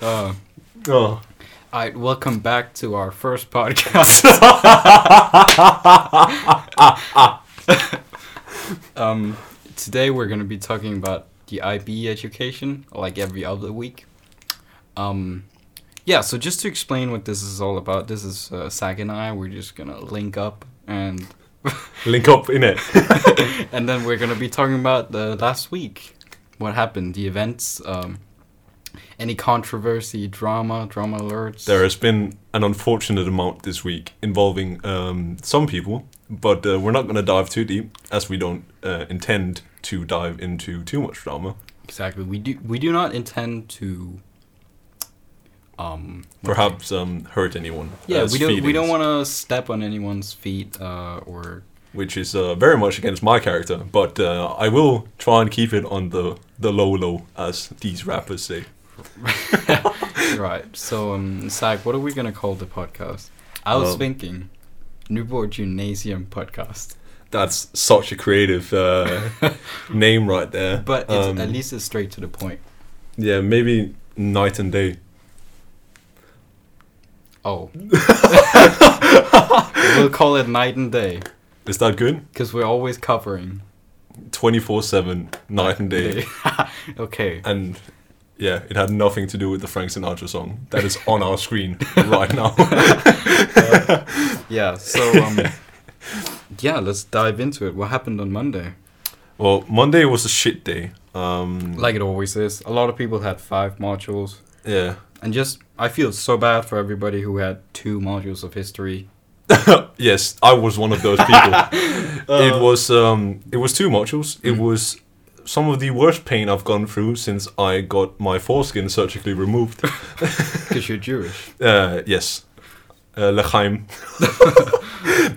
Uh, Oh. all right, welcome back to our first podcast. um, today we're going to be talking about the IB education, like every other week. Um, yeah, so just to explain what this is all about, this is uh, Sag and I. We're just going to link up and Link up, innit? and then we're gonna be talking about the last week, what happened, the events, um, any controversy, drama, drama alerts. There has been an unfortunate amount this week involving um, some people, but uh, we're not going to dive too deep, as we don't uh, intend to dive into too much drama. exactly. We do we do not intend to. Um, Perhaps um, hurt anyone. yeah, as we don't we don't feelings, want to step on anyone's feet uh, or Which is uh, very much against my character, but uh, I will try and keep it on the, the low low, as these rappers say. right. So um, Zach, what are we gonna call the podcast? I was Um, thinking, newborn gymnasium podcast, That's such a creative uh, name right there. but it's, Um, at least it's straight to the point. Yeah, maybe night and day. Oh. we'll call it night and day Is that good? because we're always covering 24 7, night and day. okay. And yeah, it had nothing to do with the Frank Sinatra song that is on our screen right now. Yeah. So um, yeah, let's dive into it. What happened on Monday? well, Monday was a shit day. Um, Like it always is. A lot of people had five modules, yeah. and just I feel so bad for everybody who had two modules of history. yes, I was one of those people. it was um, it was two modules. It was some of the worst pain I've gone through since I got my foreskin surgically removed. Because you're Jewish. Uh, yes. Uh, Lechaim.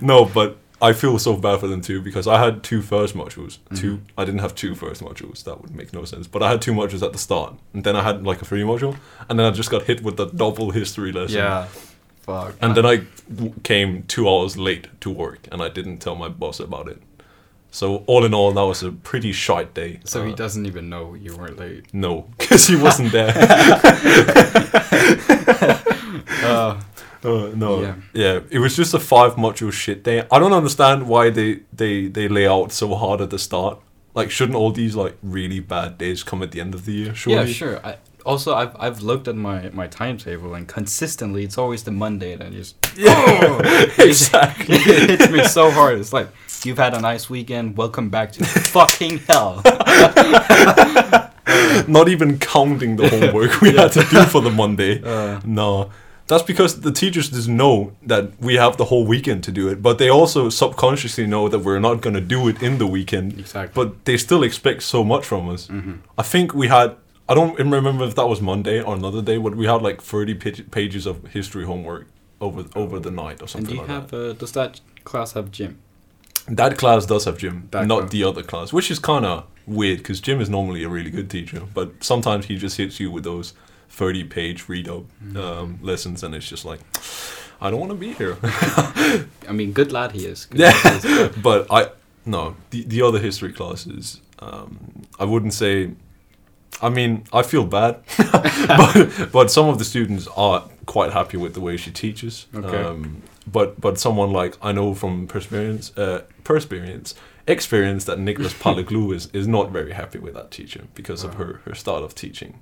no, but I feel so bad for them too because I had two first modules. Mm-hmm. Two. I didn't have two first modules. That would make no sense. But I had two modules at the start, and then I had like a three module, and then I just got hit with the double history lesson. Yeah. Fuck. And then I w- came two hours late to work, and I didn't tell my boss about it. So all in all, that was a pretty shite day. so he Uh, doesn't even know you weren't late. no, because he wasn't there. Uh, Uh, no. Yeah. Yeah. it was just a five module shit day. I don't understand why they they they lay out so hard at the start. Like, shouldn't all these like really bad days come at the end of the year? Surely. yeah, sure. I, also, I've I've looked at my my timetable and consistently it's always the Monday that just Yeah, exactly. it hits me so hard. It's like you've had a nice weekend. Welcome back to fucking hell. Not even counting the homework we had to do for the Monday. Uh. no. That's because the teachers just know that we have the whole weekend to do it, but they also subconsciously know that we're not going to do it in the weekend. Exactly. Mm-hmm. But they still expect so much from us. I think we had, I don't remember if that was Monday or another day, but we had like 30 page, pages of history homework over over the night or and do something you like have uh, does that class have gym? that. That class does have gym, That not class. the other class, which is kind of weird because Jim is normally a really good teacher, but sometimes he just hits you with those 30 page read up Mm. um, lessons and it's just like, I don't want to be here. I mean, good lad he is. Good Yeah. lad he is. but I no the the other history classes. Um, I wouldn't say. I mean, I feel bad, but but some of the students are quite happy with the way she teaches. Okay. Um, but but someone like I know from experience, uh, experience, experience that Nicholas Palaglou is is not very happy with that teacher because of Wow. her her style of teaching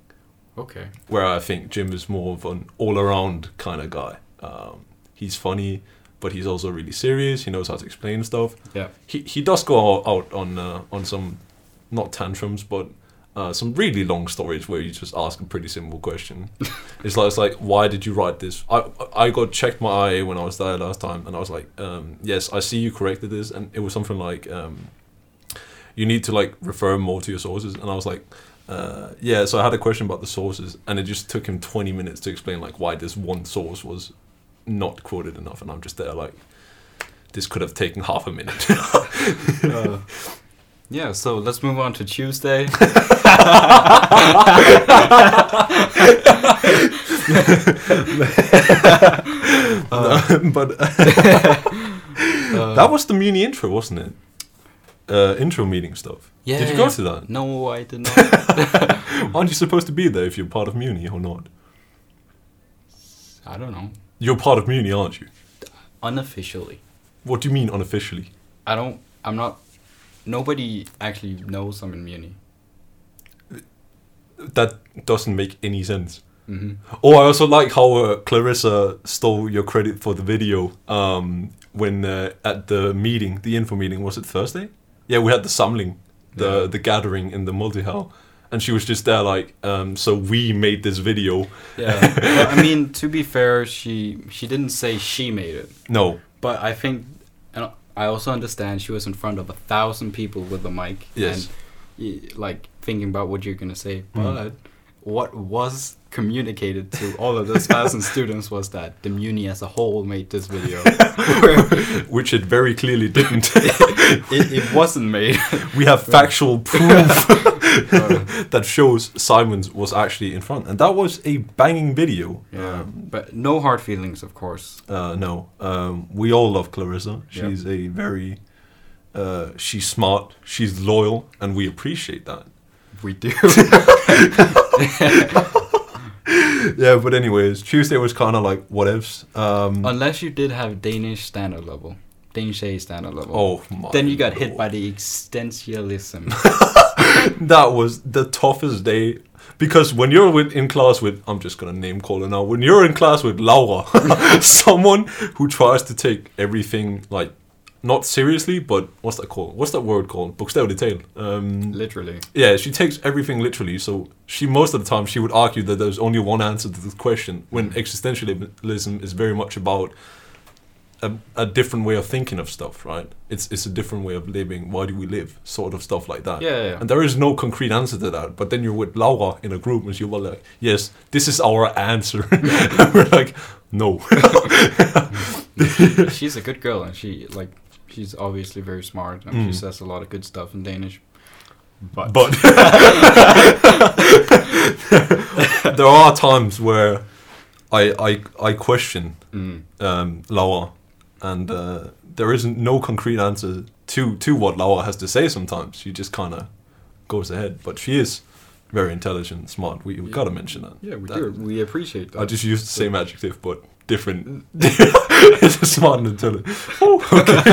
Okay. where I think Jim is more of an all-around kind of guy. Um, he's funny, but he's also really serious. He knows how to explain stuff. Yeah. He he does go out, out on uh, on some not tantrums, but uh, some really long stories where you just ask a pretty simple question. it's like it's like why did you write this? I I got checked my IA when I was there last time, and I was like, um, yes, I see you corrected this, and it was something like. Um, you need to like refer more to your sources and i was like uh, yeah so i had a question about the sources and it just took him 20 minutes to explain like why this one source was not quoted enough and i'm just there like this could have taken half a minute Uh, yeah. So let's move on to Tuesday. but uh, Uh, that was the mini intro wasn't it uh, intro meeting stuff did you go Yeah. to that no, I did not. aren't you supposed to be there if you're part of muni or not I don't know. You're part of Muni, aren't you? Unofficially. What do you mean unofficially? I don't. I'm not. Nobody actually knows I'm in Muni. That doesn't make any sense. hmm Oh, I also like how uh, Clarissa stole your credit for the video um, when uh, at the meeting, the info meeting, was it Thursday? Yeah, we had the samling, the Yeah. the gathering in the multi hall, and she was just there like, um, so we made this video. Yeah. Well, I mean, to be fair, she she didn't say she made it, No, but I think, and I also understand she was in front of a thousand people with a mic. Yes. And, y- like thinking about what you're gonna say, Mm. but what was communicated to all of those thousand students was that the Muni as a whole made this video. which it very clearly didn't. it, it wasn't made. we have factual proof Uh, that shows Simons was actually in front, and that was a banging video. yeah, Um, but no hard feelings, of course. Uh, no, um, we all love Clarissa. Yeah. She's a very, uh, she's smart, she's loyal, and we appreciate that. We do. Yeah, but anyways, Tuesday was kind of like whatevs. Um, Unless you did have Danish standard level, Danish A standard level. oh my! Then you got hit lord. by the existentialism. that was the toughest day because when you're with, in class with I'm just gonna name call her now. When you're in class with Laura, someone who tries to take everything like not seriously, but what's that called? What's that word called? Bogstavelig tale. Um, Literally. Yeah, she takes everything literally. So she most of the time she would argue that there's only one answer to the question. When existentialism is very much about a, a different way of thinking of stuff, right? It's it's a different way of living. Why do we live? Sort of stuff like that. Yeah, yeah, yeah. And there is no concrete answer to that. But then you're with Laura in a group, and she was like, "Yes, this is our answer." We're like, "No." she's a good girl, and she like she's obviously very smart, and she Mm. says a lot of good stuff in Danish. But, But there are times where I I, I question Mm, um, Laura, and uh, there isn't no concrete answer to to what Laura has to say. Sometimes she just kind of goes ahead, but she is very intelligent, smart. We we Yeah. gotta mention that. yeah, we That- do. We appreciate that. I just used the same adjective, but different. It's smart and intelligent. Oh, okay.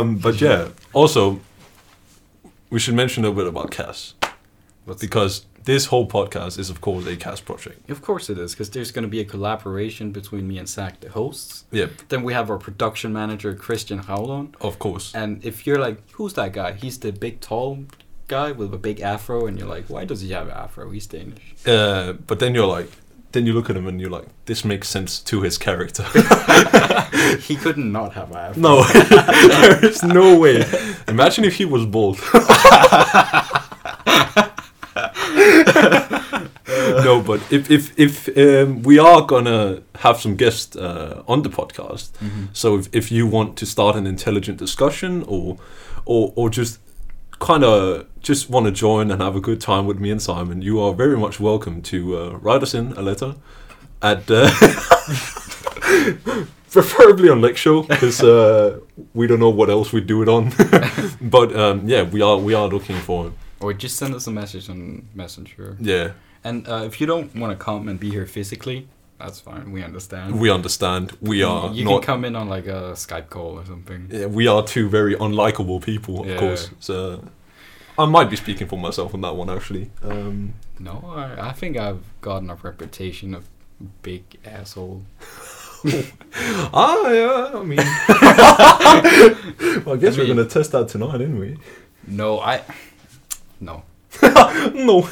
um, but yeah, also, we should mention a little bit about Cass What's- because this whole podcast is, of course, a Cass project. of course it is, because there's going to be a collaboration between me and Zach, the hosts. Yeah, Then we have our production manager Christian Howlon, of course. and if you're like, who's that guy? He's the big tall guy with a big afro, and you're like, why does he have an afro? He's Danish. Uh, but then you're like, then you look at him and you're like, this makes sense to his character. he could not have an afro. no, there is no way. Imagine if he was bald. no, but if if if um, we are gonna have some guests uh, on the podcast, so if, if you want to start an intelligent discussion or or or just kind of just want to join and have a good time with me and Simon, you are very much welcome to uh, write us in a letter at uh, preferably on Lick Show because uh, we don't know what else we do it on. but um, yeah, we are we are looking for it. Or just send us a message on Messenger. Yeah, And uh, if you don't want to come and be here physically, that's fine. We understand. we understand. We are You not. can come in on like a Skype call or something. yeah, we are two very unlikable people, of Yeah. course. So I might be speaking for myself on that one actually. Um, No, I, I think I've gotten a reputation of big asshole. ah, yeah. I mean, well, I guess I we're mean- gonna test that tonight, aren't we? No, I. No. No,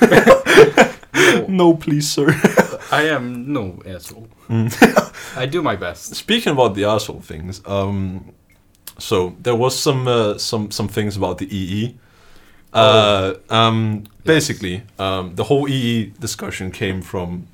no no, please, sir. I am no asshole. I do my best. Speaking about the asshole things, um, so there was some uh, some some things about the EE. Uh, Oh. um, Basically, um, the whole EE discussion came from,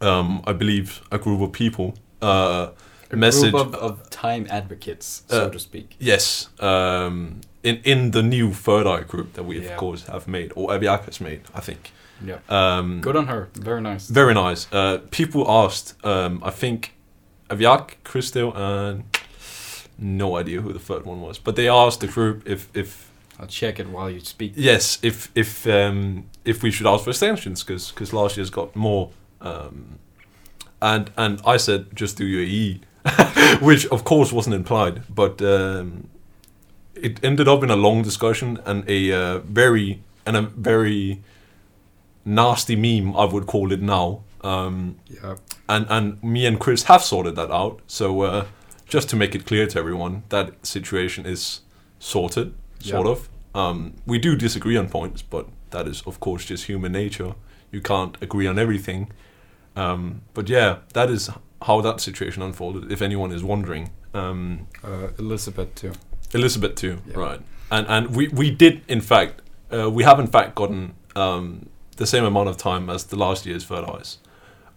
um, I believe, a group of people. Uh, A message Group of, of time advocates, so Uh, to speak. yes, um, in in the new Third Eye group that we of Yeah. course have made or Abiak has made, I think. Yeah. Um, Good on her. Very nice. Very nice. Uh, people asked, um, I think, Aviak, Christel, and no idea who the third one was, but they asked the group if, if I'll check it while you speak. yes, if if um, if we should ask for extensions because last year's got more um, and and I said just do your E, which of course wasn't implied, but um, it ended up in a long discussion and a uh, very and a very nasty meme I would call it now. Um, Yeah. and and me and Chris have sorted that out. So uh, just to make it clear to everyone, that situation is sorted, sort Yeah. of. Um, we do disagree on points, but that is of course just human nature. You can't agree on everything. Um, but yeah, that is how that situation unfolded. If anyone is wondering, um, Uh, Elizabeth too. Elizabeth too, Yeah. right? And and we we did in fact uh, we have in fact gotten um, the same amount of time as the last year's Third Eyes,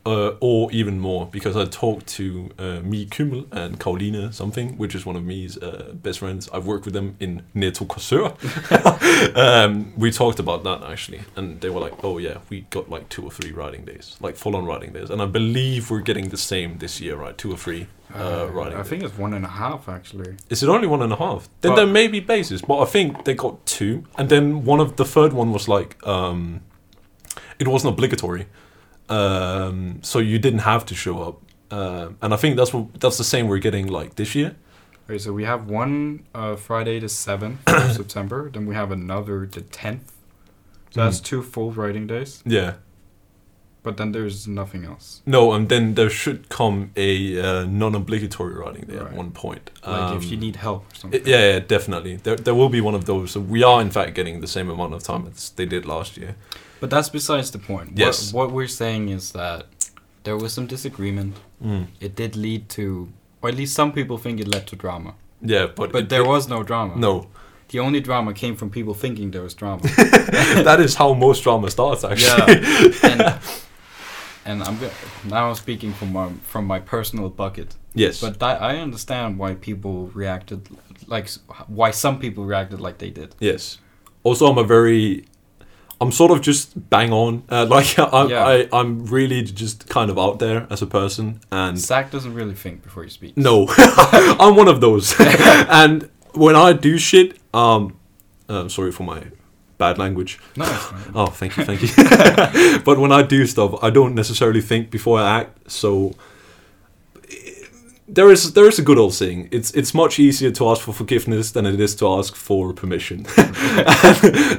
uh, or even more because I talked to uh, Mi Kummel and Karoline something, which is one of me's uh, best friends. I've worked with them in Netto Korsør. um, we talked about that actually, and they were like, "Oh yeah, we got like two or three writing days, like full on writing days," and I believe we're getting the same this year, right? Two or three uh, writing. I days. think it's one and a half actually. Is it only one and a half? Then But- there may be bases, but I think they got two, and then one of the third one was like, um, it wasn't obligatory, um, so you didn't have to show up, Um and I think that's what that's the same we're getting like this year. Okay, so we have one uh, Friday the seventh of September. Then we have another the tenth. Mm-hmm. So that's two full writing days. Yeah, But then there's nothing else. no, and then there should come a uh, non-obligatory writing there at Right. one point. Like if Um, you need help or something. It- Yeah, yeah, definitely. There, there will be one of those. So we are, in fact, getting the same amount of time as they did last year. But that's besides the point. What- Yes. What, we're saying is that there was some disagreement. Mm. It did lead to, or at least some people think it led to drama. Yeah, but But it- there it- was no drama. no. The only drama came from people thinking there was drama. that is how most drama starts, actually. yeah. And, and I'm go- now I'm speaking from my from my personal bucket. Yes. But that, I understand why people reacted like s- why some people reacted like they did. yes. Also, I'm a very, I'm sort of just bang on. Uh, like I, Yeah. I, I'm really just kind of out there as a person, and Zach doesn't really think before he speaks. No, I'm one of those. and when I do shit, um, uh, sorry for my bad language. No, it's fine. Oh, thank you, thank you. but when I do stuff, I don't necessarily think before I act. So eh, there is there is a good old saying. It's it's much easier to ask for forgiveness than it is to ask for permission.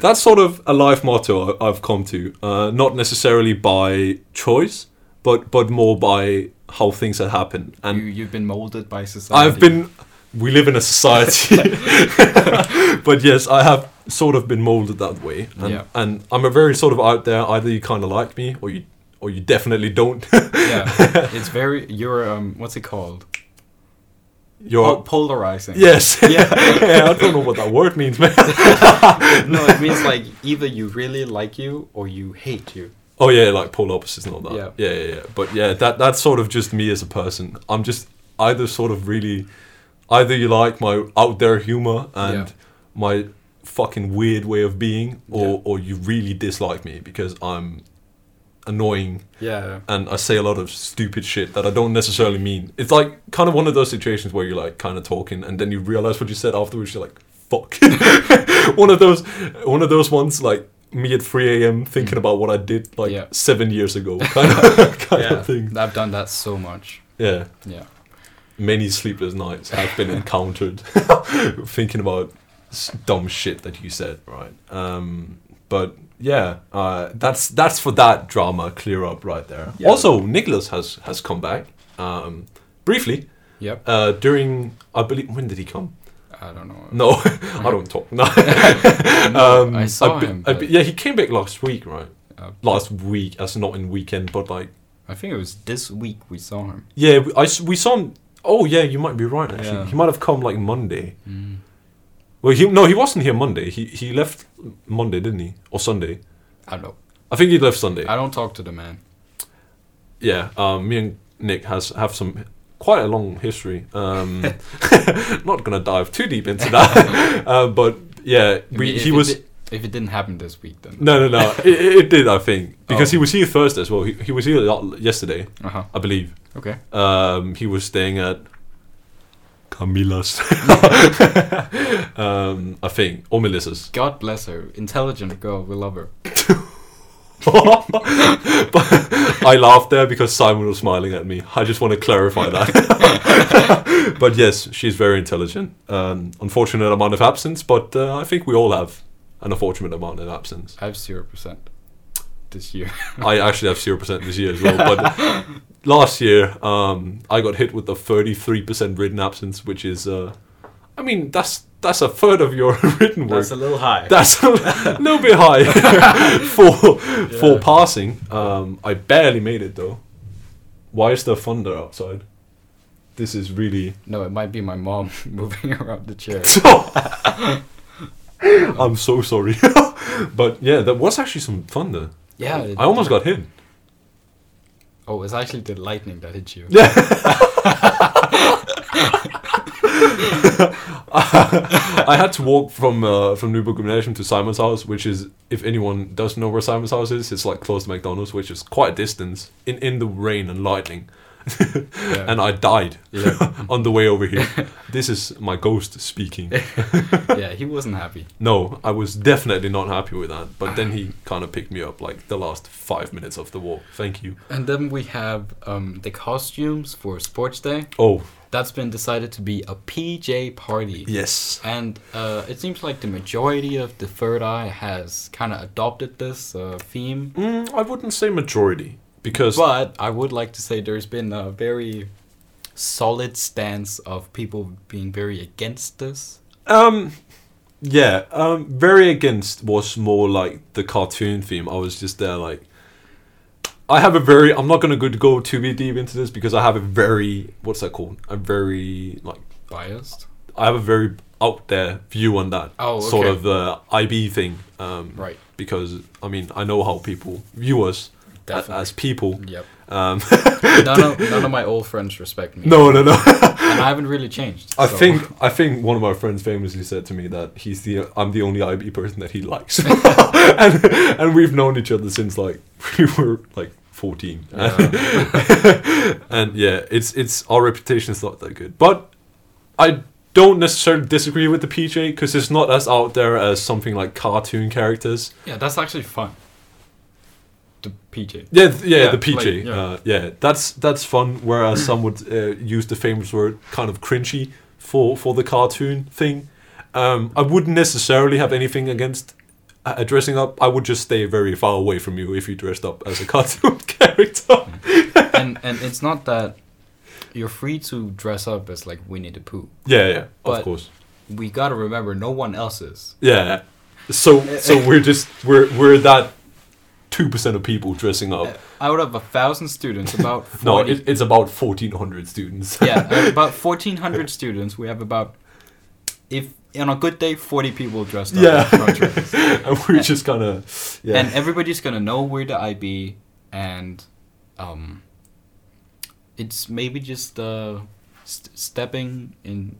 That's sort of a life motto I- I've come to. Uh, not necessarily by choice, but but more by how things have happened. And you you've been molded by society. I've been. We live in a society, but yes, I have sort of been molded that way, and, Yeah. and I'm a very sort of out there. Either you kind of like me, or you, or you definitely don't. yeah, it's very. You're um, what's it called? You're Pol- polarizing. yes, Yeah. yeah. I don't know what that word means, man. no, it means like either you really like you or you hate you. Oh yeah, like polar opposites and all that. Yeah. yeah, yeah, yeah. But yeah, that that's sort of just me as a person. I'm just either sort of really, either you like my out there humor and Yeah. my fucking weird way of being, or Yeah. or you really dislike me because I'm annoying Yeah. and I say a lot of stupid shit that I don't necessarily mean. It's like kind of one of those situations where you're like kind of talking and then you realize what you said afterwards. You're like, fuck. one of those, one of those ones like me at 3 a.m. thinking about what I did like Mm. Yeah. seven years ago, kind of, kind yeah. of thing. I've done that so much. Yeah, Yeah. many sleepless nights have been encountered thinking about s- dumb shit that you said, right? Um, but yeah, uh, that's that's for that drama clear up right there. Yeah. Also, Nicholas has has come back um, briefly Yep. uh, during I believe when did he come? I don't know. Uh, No, I don't talk. No, No, Um, I saw be- him. I but, be- yeah, he came back last week, right? uh, Last week, as not in weekend, but like I think it was this week we saw him. yeah, we, I s- we saw him. Oh yeah, you might be right actually. Yeah. Mm. He might have come like Monday. Well, he no, he wasn't here Monday. He he left Monday, didn't he? Or Sunday? I don't know. I think he left Sunday. I don't talk to the man. yeah, um, me and Nick has have some quite a long history. Um, not gonna dive too deep into that, uh, but yeah, I we, mean, if he it was. di- if it didn't happen this week, then. No, no, no. it, it it did, I think, because Oh. he was here Thursday as well. He, he was here lo- yesterday, Uh huh. I believe. Okay. Um, he was staying at Camila's, um, I think, or Melissa's. God bless her. Intelligent girl. We love her. But I laughed there because Simon was smiling at me. I just want to clarify that. but yes, she's very intelligent. Um, unfortunate amount of absence, but uh, I think we all have an unfortunate amount of absence. I have zero percent this year. I actually have zero percent this year as well. But last year, um, I got hit with a thirty-three percent written absence, which is, uh, I mean, that's that's a third of your written work. That's a little high. That's a little bit high for for passing. Um, I barely made it though. Why is there thunder outside? This is really. No, it might be my mom moving around the chair. So I'm so sorry, but yeah, there was actually some thunder. Yeah, it- I almost got hit. Oh, it's actually the lightning that hit you. I had to walk from uh, from Newburgh Gymnasium to Simon's house, which is, if anyone doesn't know where Simon's house is, it's like close to McDonald's, which is quite a distance in, in the rain and lightning. And I died Yeah. on the way over here. this is my ghost speaking. yeah, he wasn't happy. No, I was definitely not happy with that. But then he kind of picked me up like the last five minutes of the walk. Thank you. And then we have um, the costumes for sports day. Oh That's been decided to be a PJ party. yes, And uh, it seems like the majority of the Third Eye has kind of adopted this uh, theme. mm, I wouldn't say majority because But I would like to say there's been a very solid stance of people being very against this. Um, yeah. Um, very against was more like the cartoon theme. I was just there like, I have a very. I'm not gonna go go too be deep into this because I have a very what's that called? A very like Biased? I have a very out there view on that Oh, sort okay. of uh, IB thing. Um, Right. Because I mean I know how people view us a- Definitely. as people. Yep. Um, None of, none of my old friends respect me. no, no, no. And I haven't really changed. I so- think I think one of my friends famously said to me that he's the I'm the only IB person that he likes, and and we've known each other since like we were like fourteen, and yeah, it's it's our reputation's not that good, but I don't necessarily disagree with the PJ because it's not as out there as something like cartoon characters. Yeah, that's actually fun. The PJ. Yeah, th- yeah, Yeah, the PJ. like, yeah. yeah. Uh, yeah, that's that's fun. Whereas some would uh, use the famous word kind of cringy for for the cartoon thing. Um, I wouldn't necessarily have anything against uh, uh, dressing up. I would just stay very far away from you if you dressed up as a cartoon character. and and it's not that you're free to dress up as like Winnie the Pooh. yeah, yeah, But- of course. We gotta remember, no one else is. Yeah. So so we're just we're we're that two percent of people dressing up. Out of a thousand students, about 40, No, it, it's about fourteen hundred students. yeah, uh, about fourteen hundred students. We have about, if on a good day, forty people dressed up. Yeah. as Rogers. and we're just kind of yeah. and everybody's gonna know we're the IB, and um, it's maybe just uh, st- stepping in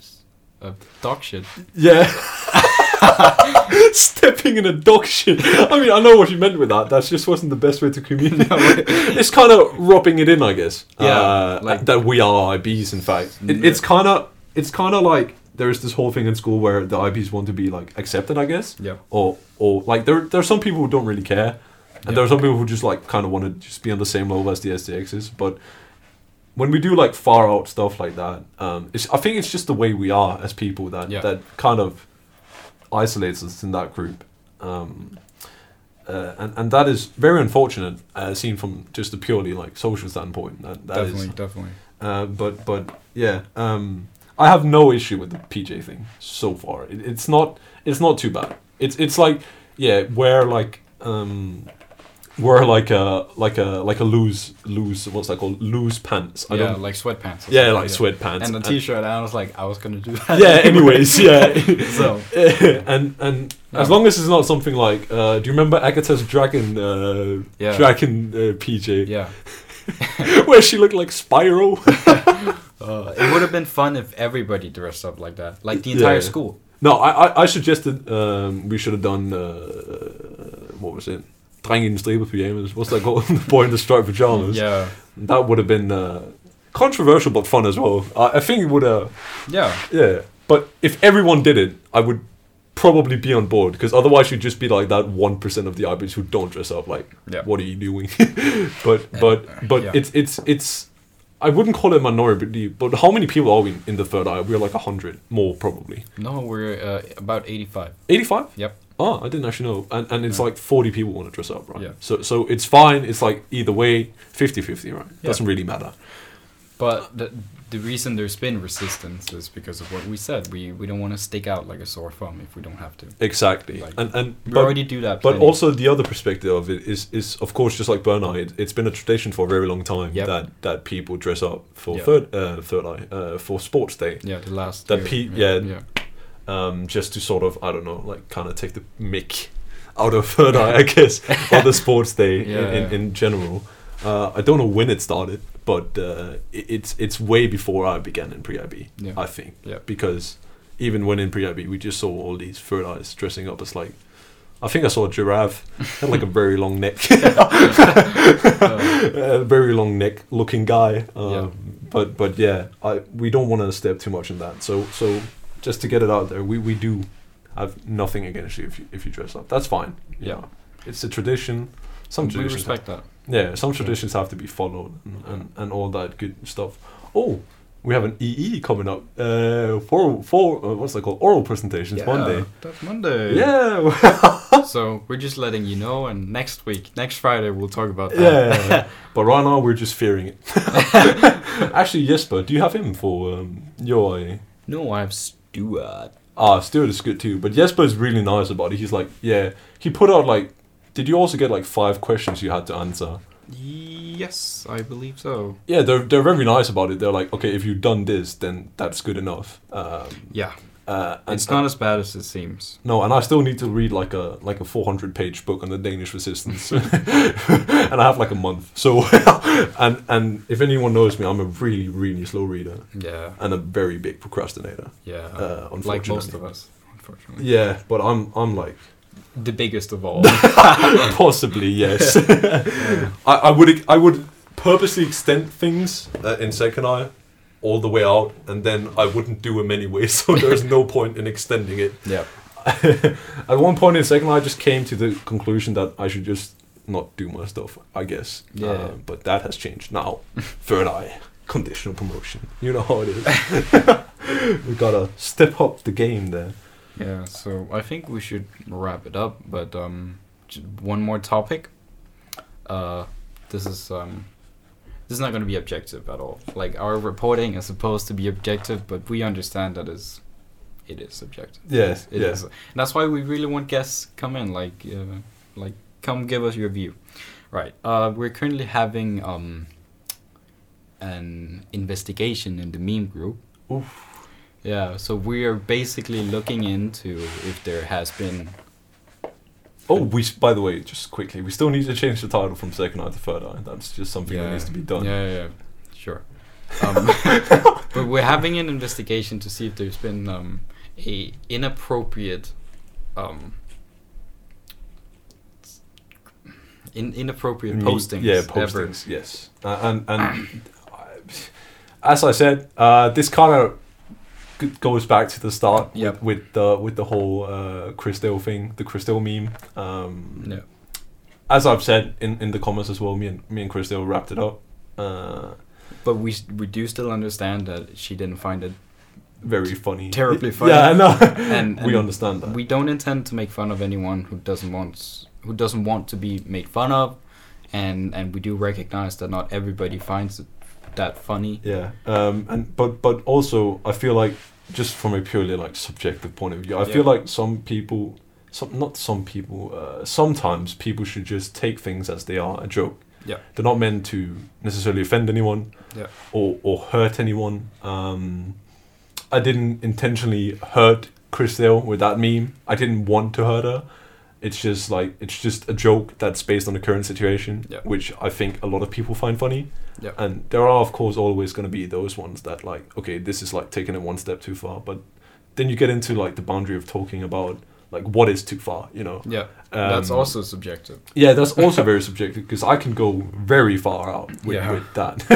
s- uh, dog shit. Yeah. Stepping in a dog shit. I mean, I know what you meant with that. That just wasn't the best way to communicate. it's kind of rubbing it in, I guess. Yeah, Uh, like- Mm. that we are IBs, in fact. It, it's kind of it's kind of like there is this whole thing in school where the IBs want to be like accepted, I guess. Yeah. Or or like there there are some people who don't really care, and there are some people who just like kind of want to just be on the same level as the SDXs, but when we do like far out stuff like that, um, it's, I think it's just the way we are as people that Yeah. that kind of isolates us in that group, um, uh, and and that is very unfortunate, uh, seen from just a purely like social standpoint. That, that is, definitely, definitely. uh, but but yeah, um, I have no issue with the PJ thing so far. It, it's not it's not too bad. It's it's like yeah, wear like um, wear like a like a like a loose loose what's that called loose pants. I yeah, don't like sweatpants. or yeah something, like sweatpants And a t-shirt, and I was like, I was gonna do that. yeah. Anyways, yeah. So and and as No. long as it's not something like, uh, do you remember Agatha's dragon, uh, Yeah. dragon uh, PJ, yeah, where she looked like Spyro? uh, it would have been fun if everybody dressed up like that, like the Yeah. entire school. No, I, I, I suggested um, we should have done uh, what was it? Drang in Stable Pajamas. What's that called? the Boy in the Striped Pajamas. Yeah, That would have been uh, controversial but fun as well. I, I think it would have. yeah. Yeah. But if everyone did it, I would probably be on board because otherwise you'd just be like that one percent of the IBs who don't dress up. Like, Yeah. what are you doing? but but but Yeah. it's it's it's. I wouldn't call it minority, but how many people are we in the third eye? We're like hundred more probably. No, we're uh, about 85. Eighty-five. Yep. Oh, I didn't actually know. And, and it's like 40 people want to dress up, right? Yeah. So so it's fine. It's like either way, 50 50, right? Yeah. Doesn't really matter. But the, the reason there's been resistance is because of what we said. We we don't want to stick out like a sore thumb if we don't have to. Exactly. Like, and and We but, already do that. but plenty. also the other perspective of it is is of course just like Burn Eye, it, it's been a tradition for a very long time Yep. that that people dress up for Yeah. third uh, third eye uh, for sports day. yeah, the last That year, Pete- yeah. yeah, um, just to sort of I don't know, like kind of take the mick out of Third Eye, I guess, or the sports day Yeah, in, in, yeah. in general. Uh, I don't know when it started, but uh, it, it's it's way before I began in pre-IB. Yeah. I think Yeah. because even when in pre-IB, we just saw all these Third Eyes dressing up as like. I think I saw a giraffe had like a very long neck, Uh, a very long neck looking guy. Um, Yeah. But but yeah, I we don't want to step too much in that. So so just to get it out there, we, we do have nothing against you if you if you dress up. That's fine. Yeah. know. it's a tradition. Some we traditions, respect that. have- yeah, some traditions have to be followed and, and, and all that good stuff. Oh, we have an EE coming up uh, for for uh, what's it called oral presentations Monday. That's Monday. Yeah, So we're just letting you know, and next week, next Friday, we'll talk about that. yeah. but right now we're just fearing it. Actually, Jesper, do you have him for um, your? Uh, No, I have Stuart. Ah, Stewart is good too. But Jesper's really nice about it. He's like, yeah. He put out like, did you also get like five questions you had to answer? Yes, I believe so. Yeah, they're they're very nice about it. They're like, okay, if you've done this, then that's good enough. Um, Yeah, uh, and, it's not as bad as it seems. no, and I still need to read like a like a four hundred page book on the Danish resistance, and I have like a month. So, and and if anyone knows me, I'm a really really slow reader Yeah, and a very big procrastinator. yeah. Uh, like most unfortunately. of us, unfortunately. Yeah, but I'm I'm like The biggest of all. Possibly, yes. I, I would I would purposely extend things uh, in Second Eye all the way out, and then I wouldn't do them anyway, so there's no point in extending it. yeah. At one point in Second Eye, I just came to the conclusion that I should just not do my stuff, I guess. Uh, Yeah. but that has changed now. Third Eye, conditional promotion. You know how it is. we gotta step up the game there. Yeah, so I think we should wrap it up, but um, j- one more topic. Uh, this is um, this is not going to be objective at all. Like our reporting is supposed to be objective, but we understand that is, it is subjective. Yes, It yeah. is. And that's why we really want guests come in, like uh, like come give us your view. Right. Uh, we're currently having um, an investigation in the meme group. Yeah, so we are basically looking into if there has been. Oh, we s- by the way, just quickly, we still need to change the title from Second Eye to Third Eye. That's just something that needs to be done. Yeah, yeah, yeah. sure. Um, but we're having an investigation to see if there's been um, a inappropriate, um, in, inappropriate Me- postings. Yeah, ever. postings. Yes, uh, and and I- as I said, uh, this kind of goes back to the start Yep. with, with the with the whole uh, Christel thing, the Christel meme. Um, Yeah. As I've said in, in the comments as well, me and me and Christel wrapped it up. Uh, But we s- we do still understand that she didn't find it. very funny. Terribly Y- funny. Yeah, I know. And, we and understand that. We don't intend to make fun of anyone who doesn't want who doesn't want to be made fun of, and and we do recognize that not everybody finds it that funny. Yeah, um, and but but also I feel like just from a purely like subjective point of view, I feel Yeah. like some people, some not some people, uh, sometimes people should just take things as they are a joke. Yeah. they're not meant to necessarily offend anyone Yeah. or or hurt anyone. Um, I didn't intentionally hurt Christelle with that meme. I didn't want to hurt her. It's just like it's just a joke that's based on the current situation, Yeah. which I think a lot of people find funny. Yeah. And there are of course always going to be those ones that like okay, this is like taking it one step too far, but then you get into like the boundary of talking about like what is too far, you know. Yeah, that's that's Um, also subjective. Yeah, that's also very subjective because I can go very far out with, Yeah. with that.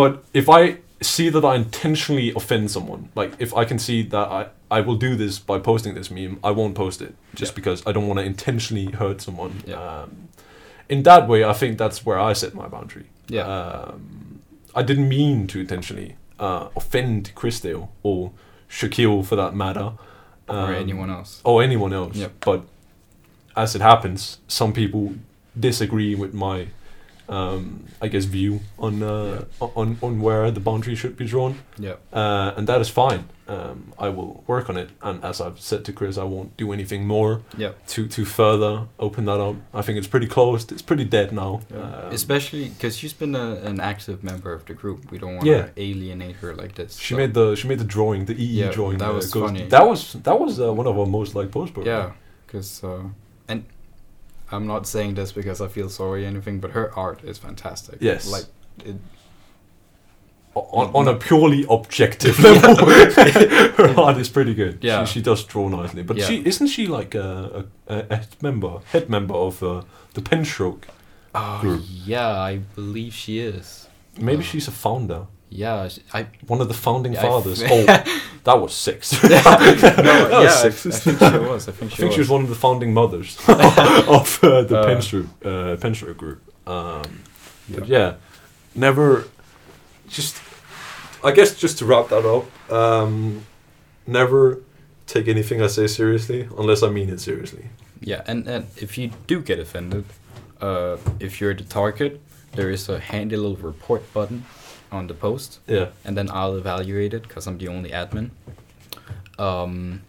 but if I see that I intentionally offend someone. Like if I can see that I, I will do this by posting this meme, I won't post it just Yeah. because I don't want to intentionally hurt someone. Yeah. Um, in that way, I think that's where I set my boundary. Yeah. Um, I didn't mean to intentionally uh, offend Chrisdale or Shaquille for that matter, or um, anyone else. or anyone else. Yep. But as it happens, some people disagree with my, um, I guess, view on uh, on on where the boundary should be drawn, Yeah. uh, and that is fine. Um, I will work on it, and as I've said to Chris, I won't do anything more Yeah. to to further open that up. I think it's pretty closed. It's pretty dead now. Um, Especially because she's been a, an active member of the group. We don't want Yeah. to alienate her like this. she so- made the she made the drawing, the EE Yeah, drawing. that uh, was goes- funny. That was that was uh, one of our most liked posts. probably. Yeah, because uh, and I'm not saying this because I feel sorry or anything, but her art is fantastic. Yes. like it, on, on a Mm-hmm. purely objective level, her art is pretty good. Yeah. she, she does draw nicely. But Yeah. she isn't she like a, a, a head member, head member of uh, the Penstroke? oh Group. yeah, I believe she is. Maybe Uh. she's a founder, Yeah, sh I one of the founding Yeah, I fathers. f- oh, that was six. no, That was yeah, I, I sexist. think she was. I think I she, think she was. was one of the founding mothers of uh, the Uh. Penstroke uh, Penstroke group. Um, But Yeah. yeah, never. Just, I guess, just to wrap that up, um, never take anything I say seriously unless I mean it seriously. Yeah, and and if you do get offended, uh, if you're the target, there is a handy little report button on the post. Yeah, and then I'll evaluate it because I'm the only admin. Um,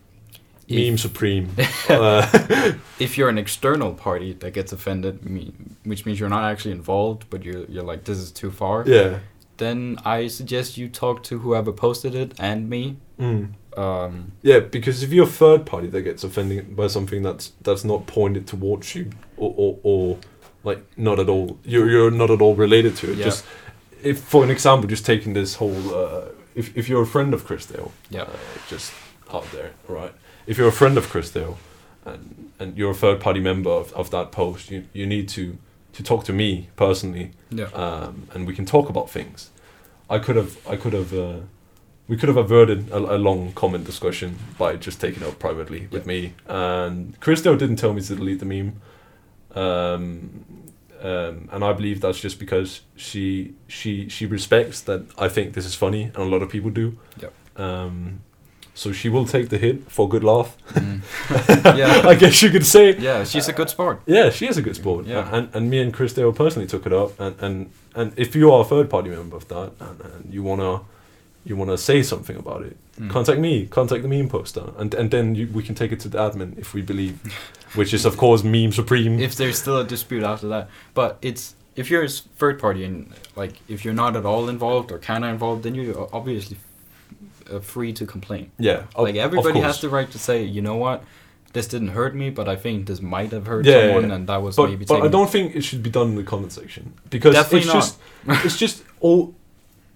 meme if, supreme. uh, if you're an external party that gets offended, me, which means you're not actually involved, but you're, you're like, this is too far, yeah. then I suggest you talk to whoever posted it and me. Mm. Um, Yeah, because if you're a third party that gets offended by something that's that's not pointed towards you or or, or like not at all, you're you're not at all related to it. Yeah. Just if, for an example, just taking this whole, uh, if if you're a friend of Chrisdale, Yeah. uh, just out there, right? If you're a friend of Chrisdale, and and you're a third party member of, of that post, you you need to to talk to me personally yeah. um, and we can talk about things. I could have, I could have, uh, we could have averted a, a long comment discussion by just taking it up privately with Yeah. me. And Christo didn't tell me to delete the meme, um, um, and I believe that's just because she she she respects that I think this is funny, and a lot of people do. Yeah. Um, so she will take the hit for a good laugh. Mm. I yeah. guess you could say. Yeah, she's a good sport. Yeah, she is a good sport. Yeah. And, and me and Chris Dale personally took it up. And, and, and if you are a third party member of that and, and you wanna you wanna say something about it, Mm. contact me, contact the meme poster, and and then you, we can take it to the admin if we believe, which is of course meme supreme. if there's still a dispute after that. But it's if you're a s- third party and like if you're not at all involved or kind of involved, then you're obviously uh, free to complain. yeah, of- Like everybody of has course. the right to say, you know what, this didn't hurt me, but I think this might have hurt Yeah, yeah, someone, yeah. and that was maybe. But, but I taken- don't think it should be done in the comment section because Definitely it's not. just it's just all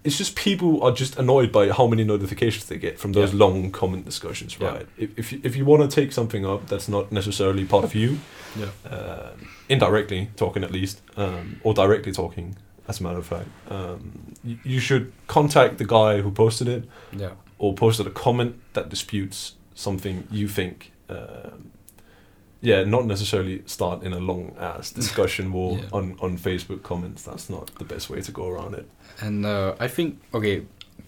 it's just people are just annoyed by how many notifications they get from those Yeah. long comment discussions, Yeah. right? If if you, if you want to take something up that's not necessarily part of you, Yeah. um, indirectly talking at least, um, or directly talking, as a matter of fact, um, you, you should contact the guy who posted it Yeah. or posted a comment that disputes something you think. Um, yeah, not necessarily start in a long ass discussion war Yeah. on, on Facebook comments. That's not the best way to go around it. And uh, I think okay,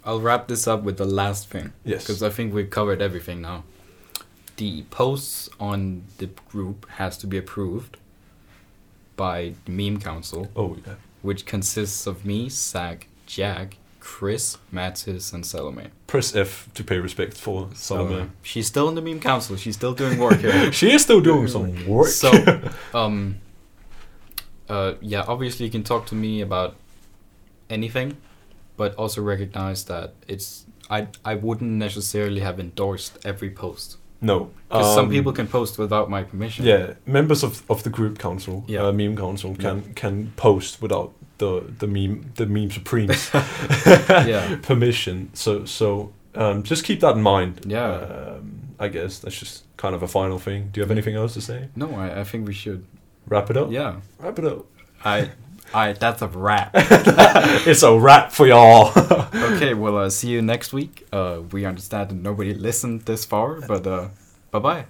I'll wrap this up with the last thing. Yes. Because I think we've covered everything now. The posts on the group has to be approved by the meme council. Oh yeah. which consists of me, Sag, Jack, Chris, Matis, and Salome. Press F to pay respect Oh, for Salome. She's still in the meme council. She's still doing work here. she is still doing some work. so, um, uh, yeah, obviously you can talk to me about anything, but also recognize that it's I I wouldn't necessarily have endorsed every post no, because some um, people can post without my permission. Yeah, members of, of the group council, Yeah. uh, meme council, can can post without the the meme the meme supreme's Yeah. permission. So so um, just keep that in mind. Yeah. Um, I guess that's just kind of a final thing. Do you have anything else to say? Oh. No, I, I think we should. Wrap it up. Yeah. Wrap it up. I All right, that's a wrap. it's a wrap for y'all. okay, well, uh, see you next week. Uh, we understand that nobody listened this far, but uh, bye bye.